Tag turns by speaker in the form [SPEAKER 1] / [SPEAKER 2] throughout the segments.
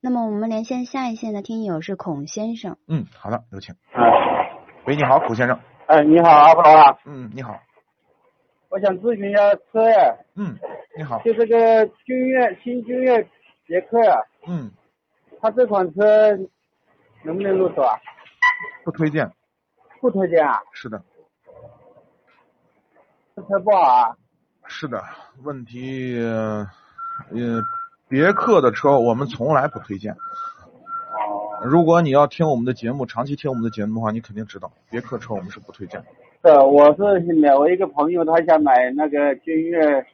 [SPEAKER 1] 那么我们连线下一线的听友是孔先生，
[SPEAKER 2] 嗯，好的，有请。
[SPEAKER 3] 哎，
[SPEAKER 2] 喂，你好，孔先生。
[SPEAKER 3] 哎，你好，阿福啊，
[SPEAKER 2] 嗯，你好。
[SPEAKER 3] 我想咨询一下车呀，
[SPEAKER 2] 嗯，你好。
[SPEAKER 3] 就这个君越新君越别克呀，
[SPEAKER 2] 嗯，
[SPEAKER 3] 它这款车能不能入手啊？
[SPEAKER 2] 不推荐。
[SPEAKER 3] 不推荐啊，
[SPEAKER 2] 是的，
[SPEAKER 3] 这车不好啊。
[SPEAKER 2] 是的。问题，呃，呃别克的车我们从来不推荐。
[SPEAKER 3] 哦，
[SPEAKER 2] 如果你要听我们的节目，长期听我们的节目的话，你肯定知道，别克车我们是不推荐的。
[SPEAKER 3] 是，我是买我一个朋友，他想买那个君越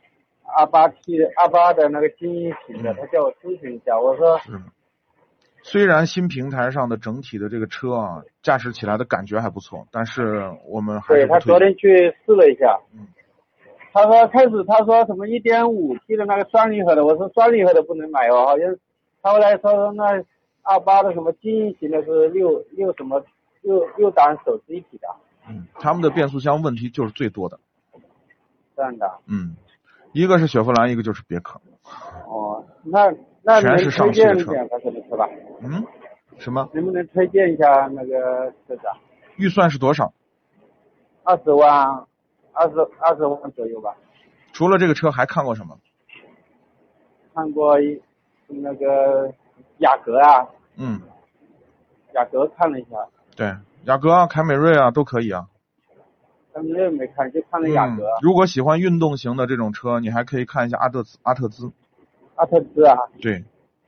[SPEAKER 3] 二八 T 二八的那个精英型的，
[SPEAKER 2] 嗯
[SPEAKER 3] 他叫我咨询一下，我说
[SPEAKER 2] 是。虽然新平台上的整体的这个车啊，驾驶起来的感觉还不错，但是我们还
[SPEAKER 3] 对
[SPEAKER 2] 是不
[SPEAKER 3] 他
[SPEAKER 2] 推
[SPEAKER 3] 昨
[SPEAKER 2] 荐。
[SPEAKER 3] 天去试了一下，
[SPEAKER 2] 嗯
[SPEAKER 3] 他说开始他说什么一点五 T 的那个双离合的，我说双离合的不能买哦，好像他后来说说那二八的什么精英型的是六六什么六六档手自一体的
[SPEAKER 2] 嗯，他们的变速箱问题就是最多的。
[SPEAKER 3] 这样的，
[SPEAKER 2] 嗯，一个是雪佛兰，一个就是别克。
[SPEAKER 3] 哦，那那
[SPEAKER 2] 全
[SPEAKER 3] 能
[SPEAKER 2] 是上
[SPEAKER 3] 推
[SPEAKER 2] 市的
[SPEAKER 3] 荐一
[SPEAKER 2] 车
[SPEAKER 3] 点他什么车吧？
[SPEAKER 2] 嗯，什么
[SPEAKER 3] 能不能推荐一下那个车子啊？
[SPEAKER 2] 预算是多少？
[SPEAKER 3] 二十万，二十二十万左右吧。
[SPEAKER 2] 除了这个车还看过什么？
[SPEAKER 3] 看过一那个雅阁啊，
[SPEAKER 2] 嗯，
[SPEAKER 3] 雅阁看了一下，
[SPEAKER 2] 对，雅阁啊、凯美瑞啊都可以啊。
[SPEAKER 3] 他们又没看，就看了雅阁、
[SPEAKER 2] 嗯。如果喜欢运动型的这种车，你还可以看一下阿特兹。阿特兹，
[SPEAKER 3] 阿特兹啊。
[SPEAKER 2] 对，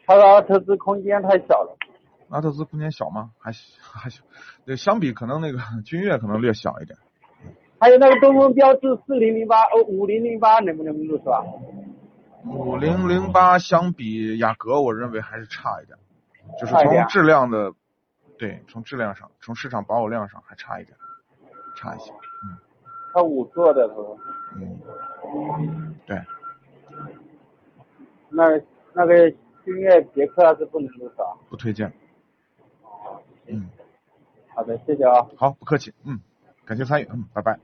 [SPEAKER 3] 他说阿特兹空间太小了。
[SPEAKER 2] 阿特兹空间小吗？还行还行，对，相比可能那个 君越可能略小一点。
[SPEAKER 3] 还有那个东风标致四零零八哦五零零八能不能入手啊？
[SPEAKER 2] 五零零八相比雅阁，我认为还是差一点，就是
[SPEAKER 3] 差一点
[SPEAKER 2] 从
[SPEAKER 3] 啊
[SPEAKER 2] 质量的，对，从质量上，从市场保有量上还差一点，差一些。
[SPEAKER 3] 他五座的，他说
[SPEAKER 2] 嗯，
[SPEAKER 3] 那那个君越别克是不能入手啊。
[SPEAKER 2] 不推荐。嗯，
[SPEAKER 3] 好的，谢谢啊。啊
[SPEAKER 2] 好，不客气。嗯，感谢参与。嗯，拜拜。